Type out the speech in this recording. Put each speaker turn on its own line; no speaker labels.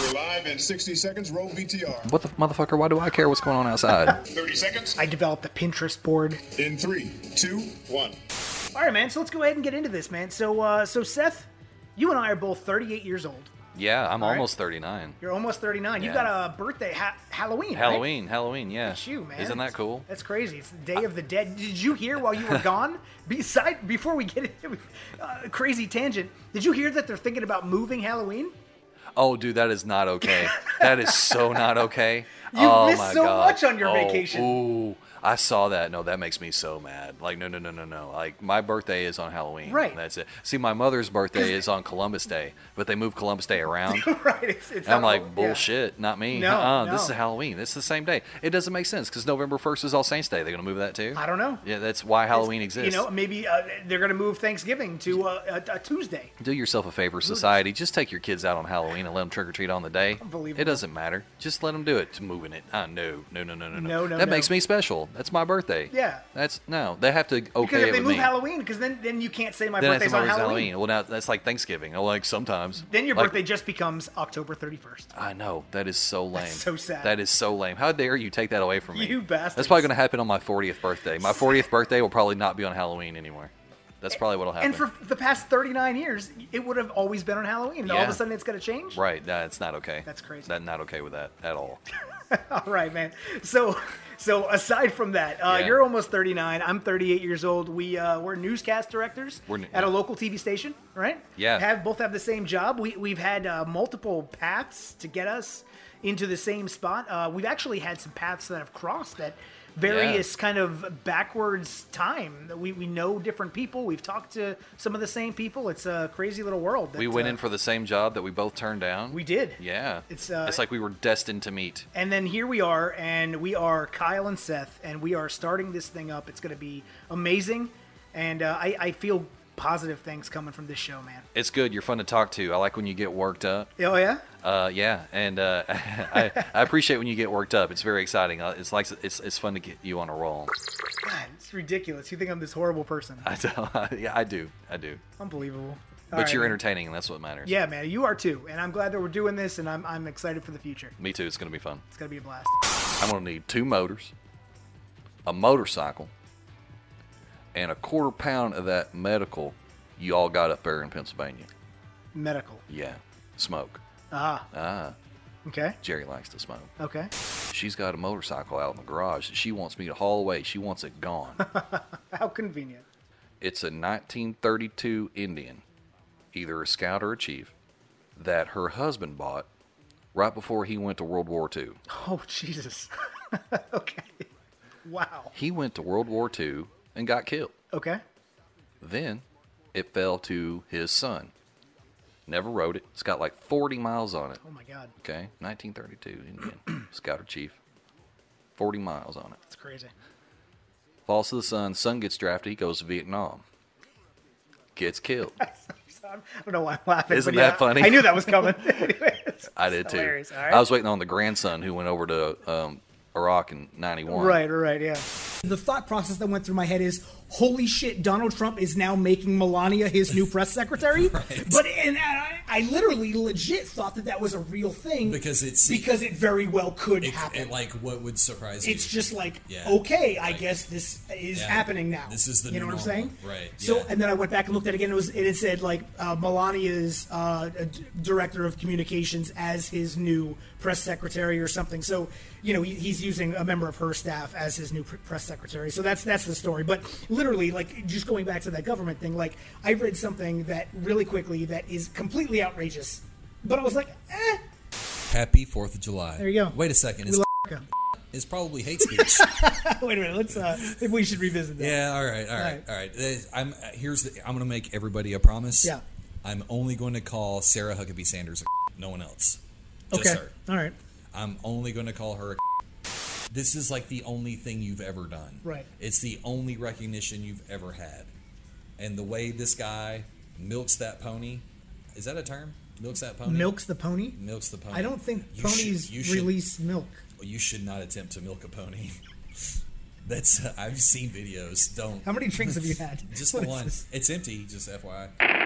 We're live in 60 seconds. Roll VTR.
What the f- motherfucker? Why do I care what's going on outside?
30 seconds.
I developed a Pinterest board.
In three, two, one.
All right, man. So let's go ahead and get into this, man. So, uh, so Seth, you and I are both 38 years old.
yeah, I'm
All right.
almost 39.
You're almost 39.
Yeah.
You got a birthday, ha- Halloween. right?
Halloween, Halloween, yeah.
It's you, man.
Isn't that cool?
That's crazy. It's the Day of the Dead. Did you hear while you were gone? Beside, before we get into uh, crazy tangent, did you hear that they're thinking about moving Halloween?
Oh, dude, that is not okay. that is so not okay.
You
oh,
missed
my
so
God.
much on your
Oh,
vacation.
Ooh, I saw that. No, that makes me so mad. Like, no, no, no, no, no. Like, my birthday is on Halloween.
Right.
That's it. See, my mother's birthday is on Columbus Day, but they moved Columbus Day around.
right. It's, it's
And I'm
not-
like,
yeah.
bullshit, not me.
No,
uh-uh, This
no.
is Halloween. It's the same day. It doesn't make sense because November 1st is All Saints Day. They're going to move that too?
I don't know.
Yeah, that's why Halloween
You
exists.
know, maybe uh, they're going to move Thanksgiving to uh, a, a Tuesday.
Do yourself a favor, society. Just take your kids out on Halloween and let them trick or treat on the day.
Unbelievable.
It doesn't matter. Just let them do it. It's Moving it. Uh, no, no, no, no, no, no.
No, no,
That
no.
makes me special. That's my birthday.
Yeah.
That's no. They have to okay
Because
it
if they
with
move
me.
Halloween, because then, then you can't say my
then
birthday's
that's
on
Halloween.
Halloween.
Halloween. Well, now that's like Thanksgiving. Oh, Like sometimes.
Then your
Like,
birthday just becomes October 31st.
I know that is so lame.
so sad.
That is so lame. How dare you take that away from me?
You
That's
bastards.
probably going to happen on my 40th birthday. My 40th birthday will probably not be on Halloween anymore. That's probably what'll happen.
And for the past 39 years, it would have always been on Halloween. And all of
Yeah.
a sudden, it's going to change.
right, that's not okay.
That's crazy.
That not okay with that at all.
All right, man. So, so aside from that, uh,
Yeah.
you're almost 39. I'm 38 years old. We uh, we're newscast directors
We're new-
at a
yeah.
local TV station, right?
Yeah.
Have both have the same job. We we've had uh, multiple paths to get us into the same spot. Uh, we've actually had some paths that have crossed at various kind of backwards time. We we know different people. We've talked to some of the same people. It's a crazy little world. that,
We went
uh,
in for the same job that we both turned down.
We did.
Yeah.
It's, uh,
it's like we were destined to meet.
And then here we are, and we are Kyle and Seth, and we are starting this thing up. It's going to be amazing, and uh, I, I feel positive things coming from this show, man.
It's good. You're fun to talk to. I like when you get worked up.
Oh yeah,
Uh, yeah, and uh, I, I appreciate when you get worked up. It's very exciting. Uh, It's like it's, it's fun to get you on a roll.
God, it's ridiculous. You think I'm this horrible person?
I do. Yeah, I do. I do.
Unbelievable.
But you're
entertaining.
entertaining, and that's what matters.
Yeah, man, you are too, and I'm glad that we're doing this, and I'm I'm excited for the future.
Me too. It's gonna be fun.
It's going to be a blast.
I'm gonna need two motors, a motorcycle, and a quarter pound of that medical you all got up there in Pennsylvania.
Medical.
Yeah, smoke.
Ah.
Ah,
Okay.
Jerry likes to smoke.
Okay.
She's got a motorcycle out in the garage. that She wants me to haul away. She wants it gone.
How convenient.
it's a 1932 Indian, either a scout or a chief, that her husband bought right before he went to World War II.
Oh Jesus. okay. Wow.
He went to World War II and got killed.
Okay.
Then it fell to his son. Never rode it. It's got like 40 miles on it.
Oh my God.
Okay, 1932 Indian scout or chief, 40 miles on it.
That's crazy.
Falls to the son. Son gets drafted. He goes to Vietnam. Gets killed.
I don't know why I'm laughing.
Isn't
but yeah,
that funny?
I knew that was coming. Anyways,
I did too.
hilarious, all right.
I was waiting on the grandson who went over to um, Iraq in '91.
right, right, yeah.
The thought process that went through my head is, holy shit, Donald Trump is now making Melania his new press secretary. But and I, I literally legit thought that that was a real thing
Because it's-
because it very well could
It,
happen.
it, like what would surprise you?
it's just like
Yeah.
okay, I
Like,
guess this is
yeah.
happening now.
This is the
you know
new
what I'm
normal.
saying,
Right,
So
yeah.
and then I went back and looked at it again. It was and it said like uh, Melania's uh, a d- director of communications as his new press secretary or something. So you know he, he's using a member of her staff as his new pr- press secretary. So that's that's the story. But literally, like just going back to that government thing, like I read something that really quickly that is completely outrageous, but I was like, eh,
Happy Fourth of July. There
you go.
Wait a second. It's,
go.
it's probably hate speech.
wait a minute, let's uh, we should revisit that.
yeah. All right. All right.
right.
All right. There's- I'm uh, here's the. I'm gonna make everybody a promise.
Yeah.
I'm only going to call Sarah Huckabee Sanders. A no one else. Just
Okay.
her.
All right.
I'm only going to call her. a This is like the only thing you've ever done.
Right.
It's the only recognition you've ever had. And the way this guy milks that pony, is that a term? Milks that pony.
Milks the pony.
Milks the pony.
I don't think
You should-
ponies
you should-
release milk.
you should not attempt to milk a pony. That's I've seen videos. Don't
How many drinks have you had?
just
What
the
is
one.
this?
It's empty. Just FYI.